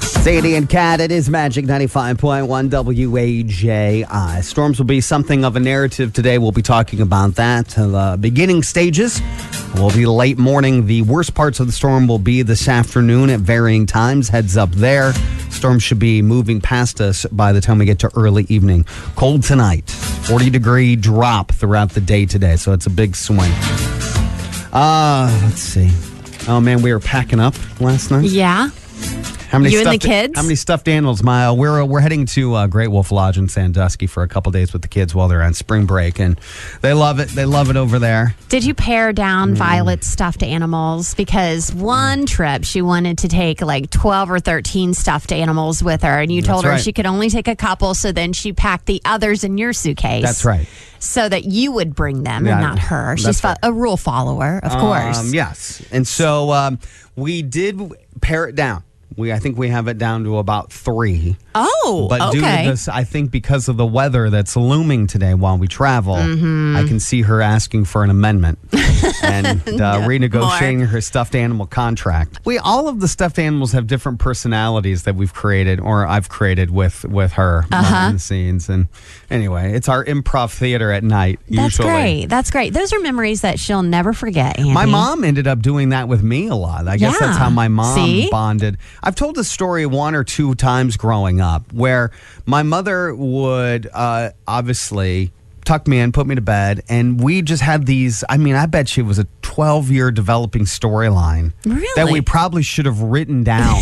Sadie and Cat, it is Magic 95.1 WAJI. Storms will be something of a narrative today. We'll be talking about that. uh, The beginning stages will be late morning. The worst parts of the storm will be this afternoon at varying times. Heads up there. Storm should be moving past us by the time we get to early evening. Cold tonight, 40 degree drop throughout the day today, so it's a big swing. Uh, let's see. Oh man, we were packing up last night. Yeah. How many You and the stuffed, kids? How many stuffed animals, Maya? We're we're heading to uh, Great Wolf Lodge in Sandusky for a couple days with the kids while they're on spring break, and they love it. They love it over there. Did you pare down Mm. Violet's stuffed animals? Because one trip she wanted to take like 12 or 13 stuffed animals with her, and you told her right. she could only take a couple, so then she packed the others in your suitcase. That's right. So that you would bring them Yeah, and not her. that's She's fo- right. a rule follower, of Um, course. yes, and so um, we did pare it down. We I think we have it down to about three. Oh, But due to okay. this, I think because of the weather that's looming today while we travel, Mm-hmm. I can see her asking for an amendment and uh, renegotiating her stuffed animal contract. We all of the stuffed animals have different personalities that we've created or I've created with with her Uh-huh. behind the scenes. And anyway, it's our improv theater at night. That's usually. great. That's great. Those are memories that she'll never forget. Andy. My mom ended up doing that with me a lot. I guess Yeah. that's how my mom See? bonded. I've told this story one or two times growing up where my mother would uh, obviously tuck me in, put me to bed, and we just had these. I mean, I bet she was a 12 year developing storyline that we Really? probably should have written down.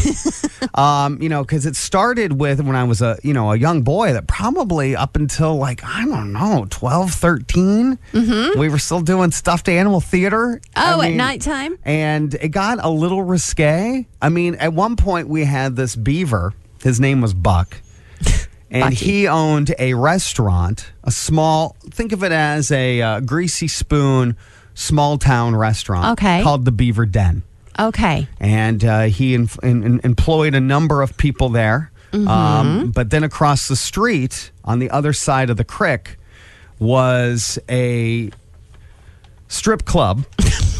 um, you know, because it started with when I was a you know a young boy that probably up until like I don't know 12, 13, Mm-hmm. we were still doing stuffed animal theater. Oh, I at mean, nighttime? and it got a little risque. I mean, at one point we had this beaver. His name was Buck. And Bucky. he owned a restaurant, a small, think of it as a uh, greasy spoon, small town restaurant Okay. called the Beaver Den Okay. and uh, he em- em- em- employed a number of people there. Mm-hmm. Um, but then across the street, on the other side of the creek, was a strip club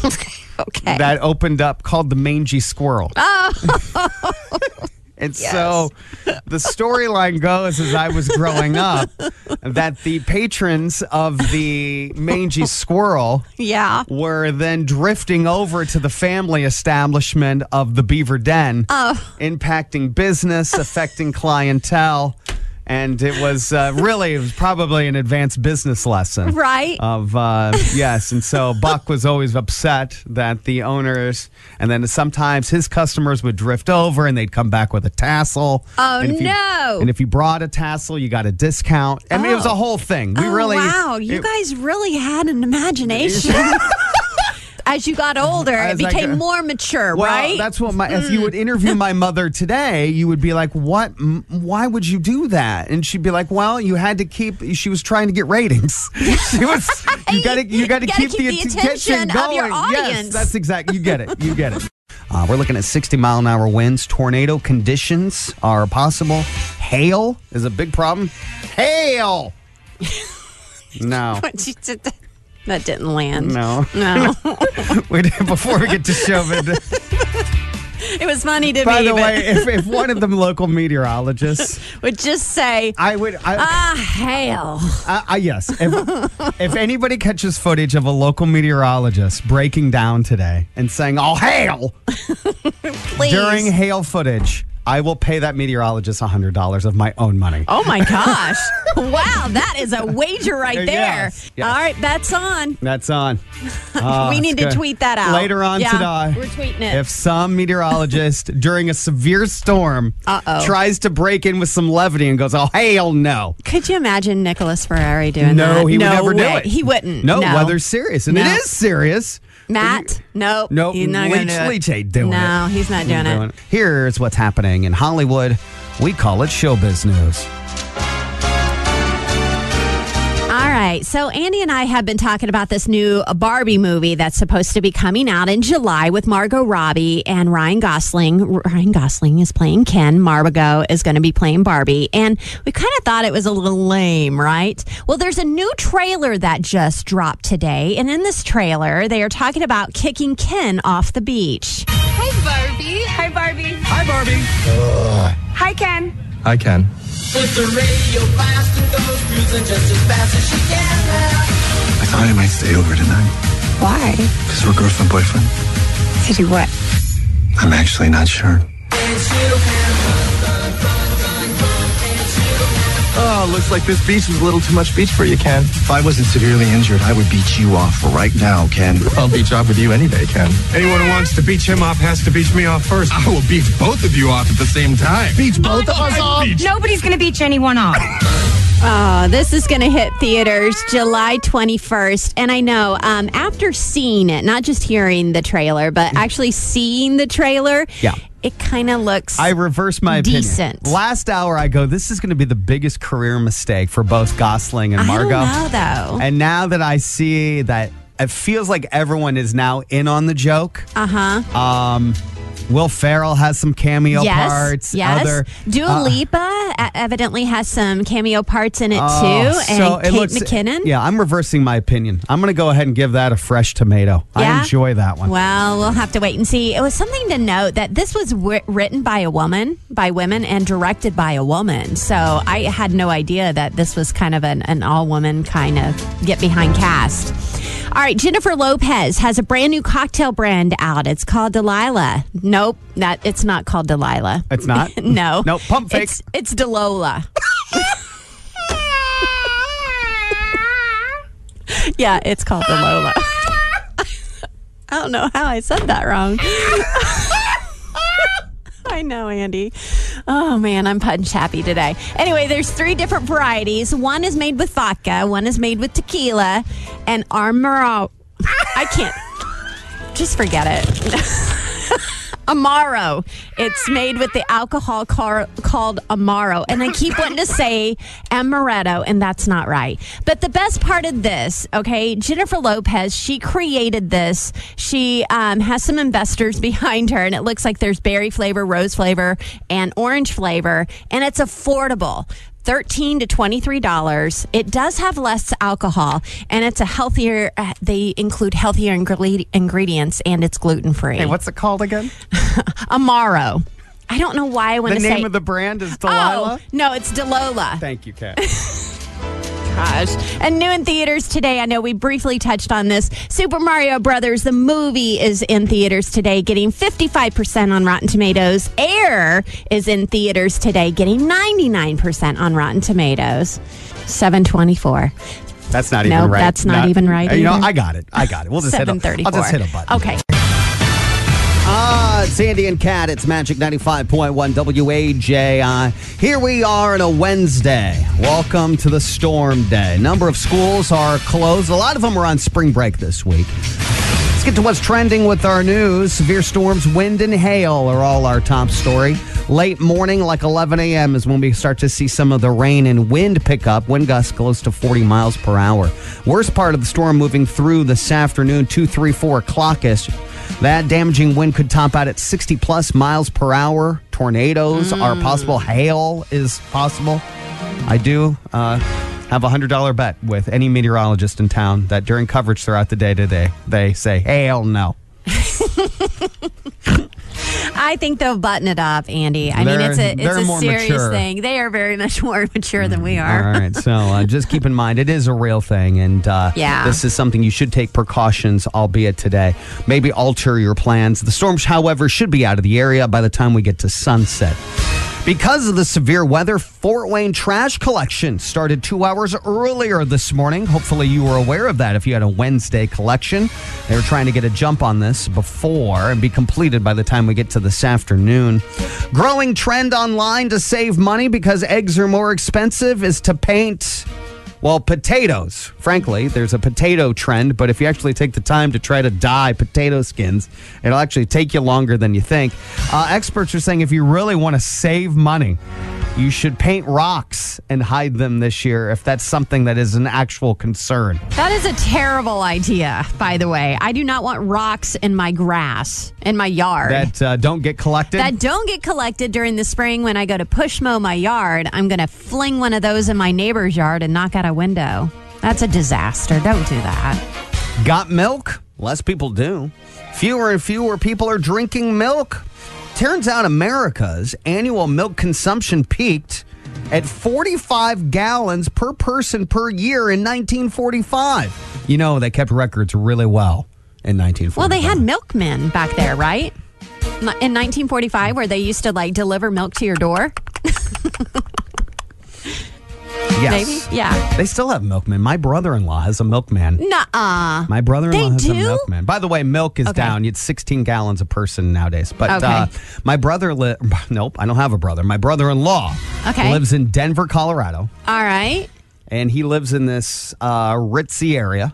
Okay. that opened up called the Mangy Squirrel. Oh. And so the storyline goes as I was growing up that the patrons of the mangy squirrel yeah. were then drifting over to the family establishment of the Beaver Den, impacting business, affecting clientele. And it was uh, really, it was probably an advanced business lesson. Right. Of, uh, yes. And so Buck was always upset that the owners, and then sometimes his customers would drift over and they'd come back with a tassel. Oh, And if you- no. and if you brought a tassel, you got a discount. I mean, it was Oh. a whole thing. We oh, really. wow, you it- guys really had an imagination. As you got older, it As I became got- more mature, Well, right? Mm. that's what my. If you would interview my mother today, you would be like, "What? m- Why would you do that?" And she'd be like, "Well, you had to keep. She was trying to get ratings. she was. You got to. You got to gotta keep, keep the attention of your going. Yes, audience. that's exactly. You get it. You get it." Uh, we're looking at 60 mile an hour winds. Tornado conditions are possible. Hail is a big problem. Hail. No. What you did- that didn't land. No. No. We did- Before we get to Chauvin, it was funny to by me, the but way, if, if one of the local meteorologists would just say, I would. I, ah, hell. I, I yes. If, if anybody catches footage of a local meteorologist breaking down today and saying "all hail" Please. during hail footage, I will pay that meteorologist hundred dollars of my own money. Oh my gosh. wow, that is a wager right there. Yes, yes. All right, that's on. That's on. Ah, we it's need to good. tweet that out. later on yeah, today. We're tweeting it. If some meteorologist during a severe storm Uh-oh. tries to break in with some levity and goes, "Oh hail no." Could you imagine Nicholas Ferrari doing that? No, he would never do way. it. He wouldn't. No, weather's serious, and it No. is serious. Matt, nope. Nope, He's not gonna Leach- do it. Leach ain't doing No, it. he's not doing it. Here's what's happening in Hollywood. We call it showbiz news. All right. So Andy and I have been talking about this new Barbie movie that's supposed to be coming out in July with Margot Robbie and Ryan Gosling. Ryan Gosling is playing Ken. Margot is going to be playing Barbie. And we kind of thought it was a little lame, right? Well, there's a new trailer that just dropped today. And in this trailer, they are talking about kicking Ken off the beach. Hi, Barbie. Hi, Barbie. Hi, Barbie. Hi, Ken. I can. I thought I might stay over tonight Why? because we're girlfriend boyfriend. To do what? I'm actually not sure. Ah, Oh, looks like this beach was a little too much beach for you, Ken. If I wasn't severely injured, I would beat you off right now, Ken. I'll beach off with you any day, Ken. Anyone who wants to beach him off has to beach me off first. I will beach both of you off at the same time. Beach both of us off. Nobody's going to beach anyone off. Oh, this is going to hit theaters July 21st. And I know um, after seeing it, not just hearing the trailer, but actually seeing the trailer, Mm. Yeah. it kind of looks. I reverse my opinion. Decent. Last hour, I go, this is going to be the biggest career mistake for both Gosling and I don't Margot. know, though. And now that I see that it feels like everyone is now in on the joke. um, uh huh. Will Farrell has some cameo yes. parts. yes. Other, Dua uh, Lipa e- evidently has some cameo parts in it oh, too, and so it Kate looks- McKinnon. Yeah, I'm reversing my opinion. I'm going to go ahead and give that a fresh tomato. I Yeah? enjoy that one. Well, we'll have to wait and see. It was something to note that this was w- written by a woman, by women, and directed by a woman. So I had no idea that this was kind of an, an all woman kind of get behind cast. All right, Jennifer Lopez has a brand new cocktail brand out. It's called Delilah. Nope, that it's not called Delilah. It's not? no. Nope, pump fake. It's, it's Delola. yeah, it's called Delola. I don't know how I said that wrong. I know, Andy. Oh man, I'm punch happy today. Anyway, there's three different varieties. One is made with vodka, one is made with tequila, and Armaro. I can't. Just forget it. Amaro. It's made with the alcohol car- called Amaro. And I keep wanting to say amaretto, and that's not right. But the best part of this, okay, Jennifer Lopez, she created this. She um, has some investors behind her, and it looks like there's berry flavor, rose flavor, and orange flavor, and it's affordable. 13 to $23. It does have less alcohol and it's a healthier, uh, they include healthier ingre- ingredients and it's gluten free. Hey, what's it called again? Amaro. I don't know why I want The to name say. of the brand is oh Delilah. no, it's Delola. Thank you, Kat. Gosh. And new in theaters today. I know we briefly touched on this. Super Mario Brothers, the movie, is in theaters today, getting 55% on Rotten Tomatoes. Air is in theaters today, getting 99% on Rotten Tomatoes. 724. That's not No, even right. that's not even right You know, either. I got it. I got it. We'll just hit a, 734. I'll just hit a button. Okay. Ah, it's Sandy and Cat. It's Magic 95.1 WAJI. Here we are on a Wednesday. Welcome to the storm day. Number of schools are closed. A lot of them are on spring break this week. Let's get to what's trending with our news. Severe storms, wind, and hail are all our top story. Late morning, like 11 a.m., is when we start to see some of the rain and wind pick up. Wind gusts close to 40 miles per hour. Worst part of the storm moving through this afternoon, 2, 3, 4 o'clock ish. That damaging wind could top out at 60 plus miles per hour. Tornadoes are possible. Hail is possible. I do uh, have a hundred dollar bet with any meteorologist in town that during coverage throughout the day today they say hail no. I think they'll button it up, Andy. I mean, They're- it's a, it's they're a more serious mature. thing. They are very much more mature than we All are. right, so uh, just keep in mind it is a real thing, and uh, Yeah. this is something you should take precautions, albeit today. Maybe alter your plans. The storms, however, should be out of the area by the time we get to sunset. Because of the severe weather, Fort Wayne trash collection started two hours earlier this morning. Hopefully, you were aware of that if you had a Wednesday collection. They were trying to get a jump on this before and be completed by the time we get to this afternoon. Growing trend online to save money because eggs are more expensive is to paint. Well, potatoes. Frankly, there's a potato trend, but if you actually take the time to try to dye potato skins, it'll actually take you longer than you think. Uh, experts are saying if you really want to save money, you should paint rocks and hide them this year if that's something that is an actual concern. That is a terrible idea, by the way. I do not want rocks in my grass, in my yard. That uh, don't get collected. that don't get collected during the spring when I go to push mow my yard. I'm going to fling one of those in my neighbor's yard and knock out a window. That's a disaster. Don't do that. Got milk? Less people do. Fewer and fewer people are drinking milk. Turns out America's annual milk consumption peaked at 45 gallons per person per year in 1945. You know, they kept records really well in 1945. Well, they had milkmen back there, right? In 1945, where they used to like deliver milk to your door. yes. maybe? Yeah. They still have milkmen. My brother-in-law has a milkman. Nuh-uh. My brother-in-law They has a do? milkman. By the way, milk is Okay. down. It's 16 gallons a person nowadays. But Okay. uh, my brother, li- nope, I don't have a brother. My brother-in-law Okay. lives in Denver, Colorado, All right. and he lives in this uh, ritzy area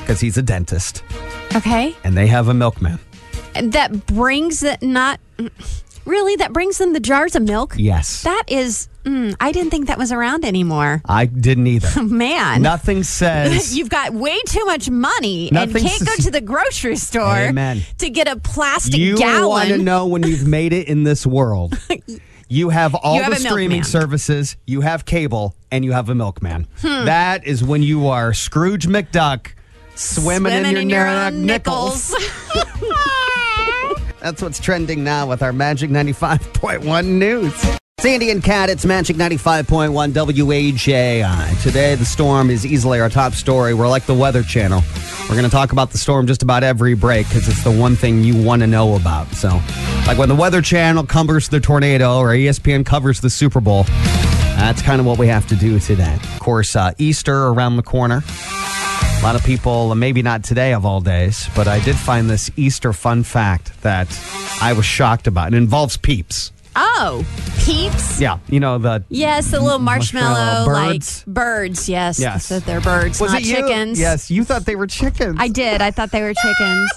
because he's a dentist, Okay. and they have a milkman. That brings it not mm, really. That brings them the jars of milk. Yes, That is. Mm, I didn't think that was around anymore. I didn't either. Man. Nothing says. You've got way too much money Nothing and can't go s- to the grocery store Amen. to get a plastic You want to gallon. know when you've made it in this world. You have all You have the a streaming milkman. services, you have cable, and you have a milkman. Hmm. That is when you are Scrooge McDuck swimming, in your, own neck nickels. That's what's trending now with our Magic 95.1 news. Sandy and Cat, it's Magic 95.1 WAJI. Today, the storm is easily our top story. We're like the Weather Channel. We're going to talk about the storm just about every break because it's the one thing you want to know about. So, like when the Weather Channel covers the tornado or E ESPN covers the Super Bowl, that's kind of what we have to do today. Of course, uh, Easter around the corner. A lot of people, maybe not today of all days, but I did find this Easter fun fact that I was shocked about. It involves peeps. oh, peeps. Yeah, you know the. Yes, the little marshmallow, Marshmallow birds. like birds. Yes, Yes. that they're birds, not you? chickens. Yes, you thought they were chickens. I did. I thought they were chickens.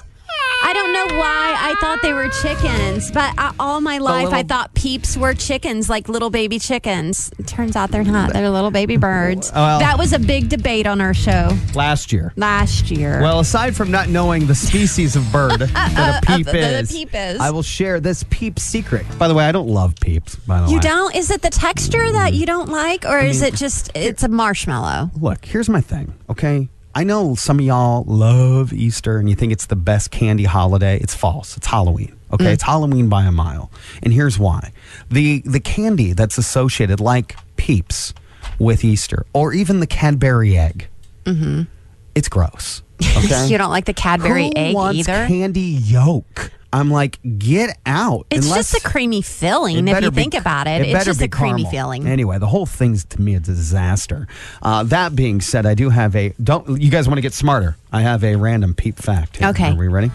I don't know why I thought they were chickens, but I, all my life I little- thought peeps were chickens, like little baby chickens. Turns out they're not. They're little baby birds. Oh, Well- that was a big debate on our show last year. last year. Well, aside from not knowing the species of bird that a peep, of- that a is, peep is. I will share this peep secret. By the way, I don't love peeps. By the way, you don't? Is it the texture that you don't like, or is it just it's a marshmallow? Look, here's my thing, okay? I know some of y'all love Easter and you think it's the best candy holiday. It's false. It's Halloween. Okay? Mm. It's Halloween by a mile. And here's why. The the candy that's associated like Peeps with Easter or even the Cadbury egg. Mhm. It's gross. Okay? Mm-hmm. You don't like the Cadbury Who egg wants either. Candy yolk. I'm like, "Get out." it's Unless- just a creamy filling it if better you be- think about it. it's better just be a creamy caramel. filling. Anyway, the whole thing's to me a disaster. Uh, that being said, I do have a don't. You guys want to get smarter? I have a random peep fact. here. Okay. are we ready?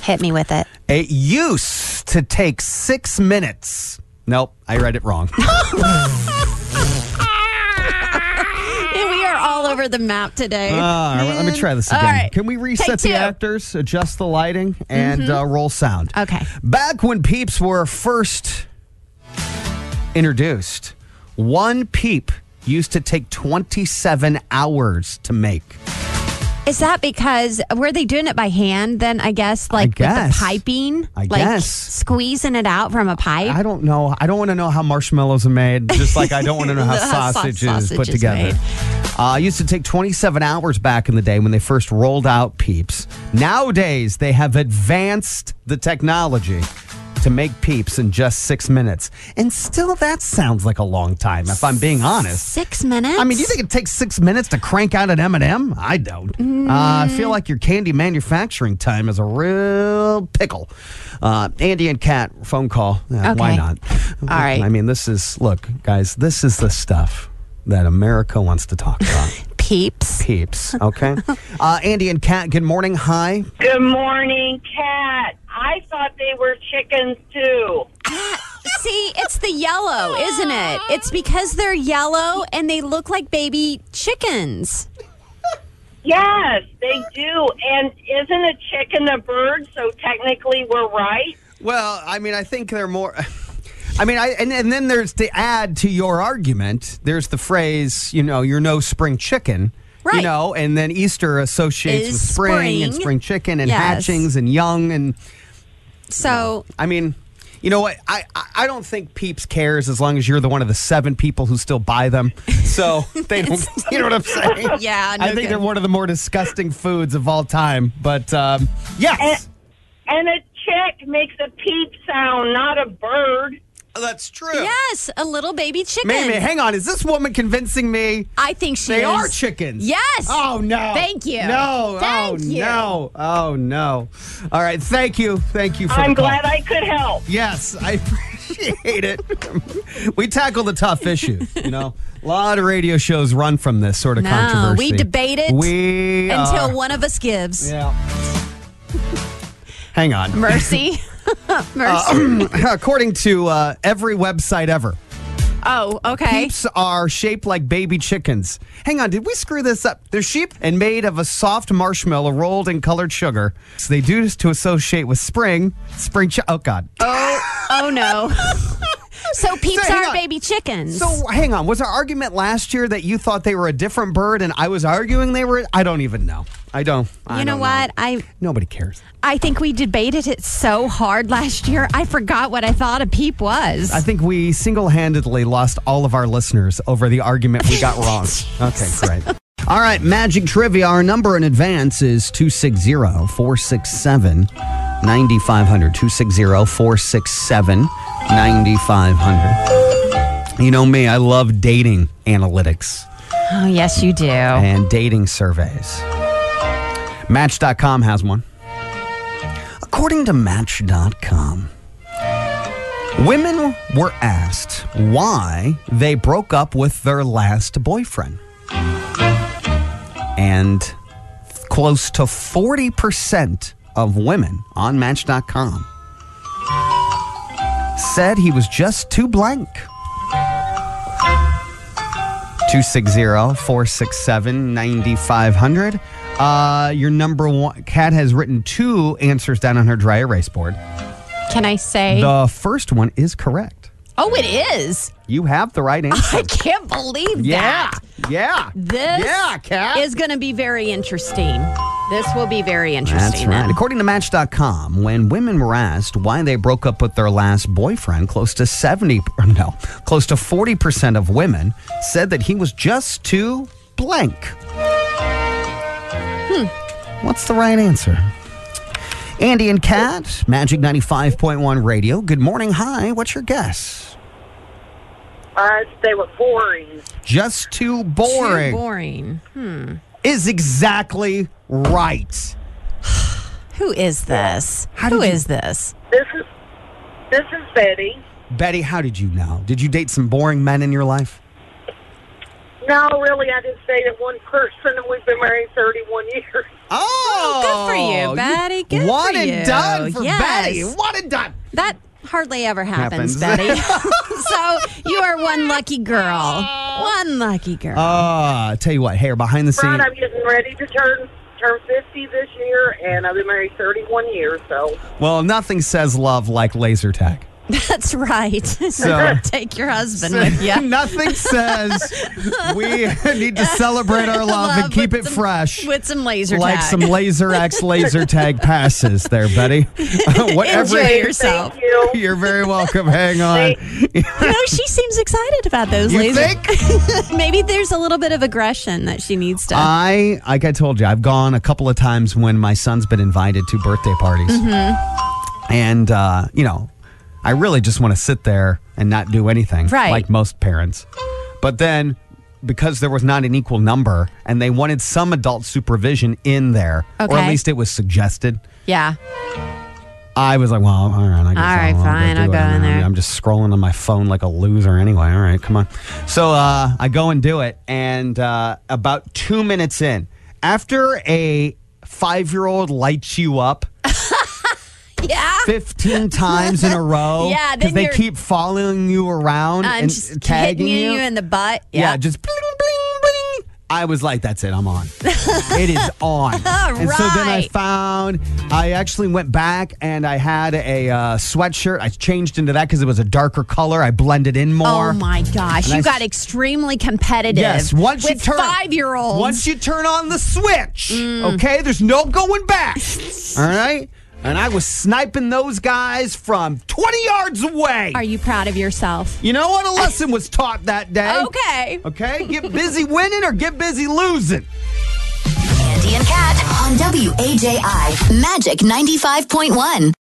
Hit me with it. It used to take six minutes. Nope, I read it wrong. And we are all over the map today. All right, let me try this All again. right. Can we reset Take the two. Mm-hmm. actors, adjust the lighting, and uh, roll sound? Okay. Back when peeps were first introduced, one peep used to take 27 hours to make. Is that because were they doing it by hand? Then I guess like with guess. the piping, I like guess. squeezing it out from a pipe. I don't know. I don't want to know how marshmallows are made, just like I don't want to know how How sausage, sausage is put is together. made. Uh, it used to take 27 hours back in the day when they first rolled out peeps. Nowadays, they have advanced the technology to make peeps in just six minutes. And still, that sounds like a long time, if I'm being honest. Six minutes. I mean, do you think it takes six minutes to crank out an M&M? I don't. Uh, I feel like your candy manufacturing time is a real pickle. Uh, Andy and Kat, phone call. Yeah, Why Okay. not? All right. I mean, this is, look, guys, this is the stuff that America wants to talk about. peeps? Peeps, okay? Uh, Andy and Kat, good morning. Hi. Good morning, Cat. I thought they were chickens too. See, it's the yellow, isn't it? It's because they're yellow and they look like baby chickens. Yes, they do. And isn't a chicken a bird? So technically, we're right. Well, I mean, I think they're more. I mean, I and, and then there's to add to your argument. There's the phrase, you know, you're no spring chicken, You Right. know, and then Easter associates Is with spring, and spring spring. chicken and Yes. hatchings and young and So I mean, you know what? I I I don't think Peeps cares as long as you're the one of the seven people who still buy them. So they don't. you know what I'm saying? Yeah, no I think they're kidding. one of the more disgusting foods of all time. But um, yes. And a chick makes a peep sound, not a bird. That's true. Yes, a little baby chicken. Maybe. Hang on. Is this woman convincing me? I think she They is. are chickens. Yes. Oh no. Thank you. No. Thank oh you. no. Oh no. All right. Thank you. Thank you. For I'm the call. glad I could help. Yes, I appreciate it. we tackle the tough issue. You know, a lot of radio shows run from this sort of No, controversy. we debate it we Until are- one of us gives. Yeah. Hang on. Mercy. Mercy. According to uh, every website ever, Uh, oh, okay. sheeps are shaped like baby chickens. Hang on, did we screw this up? They're sheep and made of a soft marshmallow rolled in colored sugar. So they do this to associate with spring. Spring. Chi- oh God. Oh no. so peeps So, hang are on. baby chickens. So hang on, was our argument last year that you thought they were a different bird, and I was arguing they were? I don't even know. I don't. I you know don't what? I Nobody cares. I think we debated it so hard last year. I forgot what I thought a peep was. I think we single-handedly lost all of our listeners over the argument we got wrong. Okay, great. All right, magic trivia. Our number in advance is 260-467-9500. 260-467-9500. You know me, I love dating analytics. oh yes, you do. and dating surveys. Match.com has one. According to Match.com, women were asked why they broke up with their last boyfriend. And close to 40% of women on Match.com said he was just too blank. 260-467-9500. Uh, your number one cat has written two answers down on her dry erase board. Can I say? The first one is correct. oh, it is. You have the right answer. I can't believe yeah. that. Yeah. This yeah, cat. is going to be very interesting. This will be very That's interesting. right. then. According to Match.com, when women were asked why they broke up with their last boyfriend, close to 70, or no, close to 40% of women said that he was just too blank. Hmm. Hmm. What's the right answer? Andy and Kat, Magic 95.1 Radio. Good morning. Hi. What's your guess? Uh, they were boring. Just too Too boring, boring. is exactly right. Who is this? How Who did you- is this? This is this is Betty. Betty, how did you know? Did you date some boring men in your life? No, really, I just dated one person, and we've been married 31 years. Oh, good for you, Betty. Good one for you. and done for Yes. Betty. One and done. That hardly ever happens, Happens. Betty. so you are one lucky girl. One lucky girl. Uh, tell you what, hey, behind the Brian, scenes. I'm getting ready to turn turn 50 this year, and I've been married 31 years. So Well, nothing says love like laser tag. That's right. So- Take your husband with you. nothing says we need to celebrate our love, and keep with it some- fresh. With some laser like tag. some laser X laser tag passes there, Betty. Whatever. Enjoy yourself. thank you. You're very welcome. Hang on. You know, she seems excited about those You laser. think? Uh, Maybe there's a little bit of aggression that she needs to. I, like I told you, I've gone a couple of times when my son's been invited to birthday parties. Mm-hmm. And, uh, you know, I really just want to sit there and not do anything, Right. like most parents. But then, because there was not an equal number and they wanted some adult supervision in there, or at Okay. least it was suggested, yeah. I was like, well, all right, I guess All right, I'll, fine, I'll go, do I'll go it. in I'm- there. I'm just scrolling on my phone like a loser anyway. All right, come on. So uh, I go and do it, and uh, about two minutes in, after a five-year-old lights you up Yeah. 15 times in a row, Yeah, then they you're- keep following you around I'm and Um, just tagging hitting you, in the butt. yeah, Yeah. just bling, bling, bling. I was like, that's it, I'm on. it is on. And so then I Right. found, I actually went back and I had a uh, sweatshirt. I changed into that because it was a darker color. I blended in more. oh my gosh. And I You s- got extremely competitive. Yes, once with you turn five year olds. Once you turn on the switch, Mm. okay, there's no going back. All right? And I was sniping those guys from 20 yards away. Are you proud of yourself? you know what a lesson was taught that day? Okay. Okay? Get busy winning or get busy losing. Andy and Kat on WAJI Magic 95.1.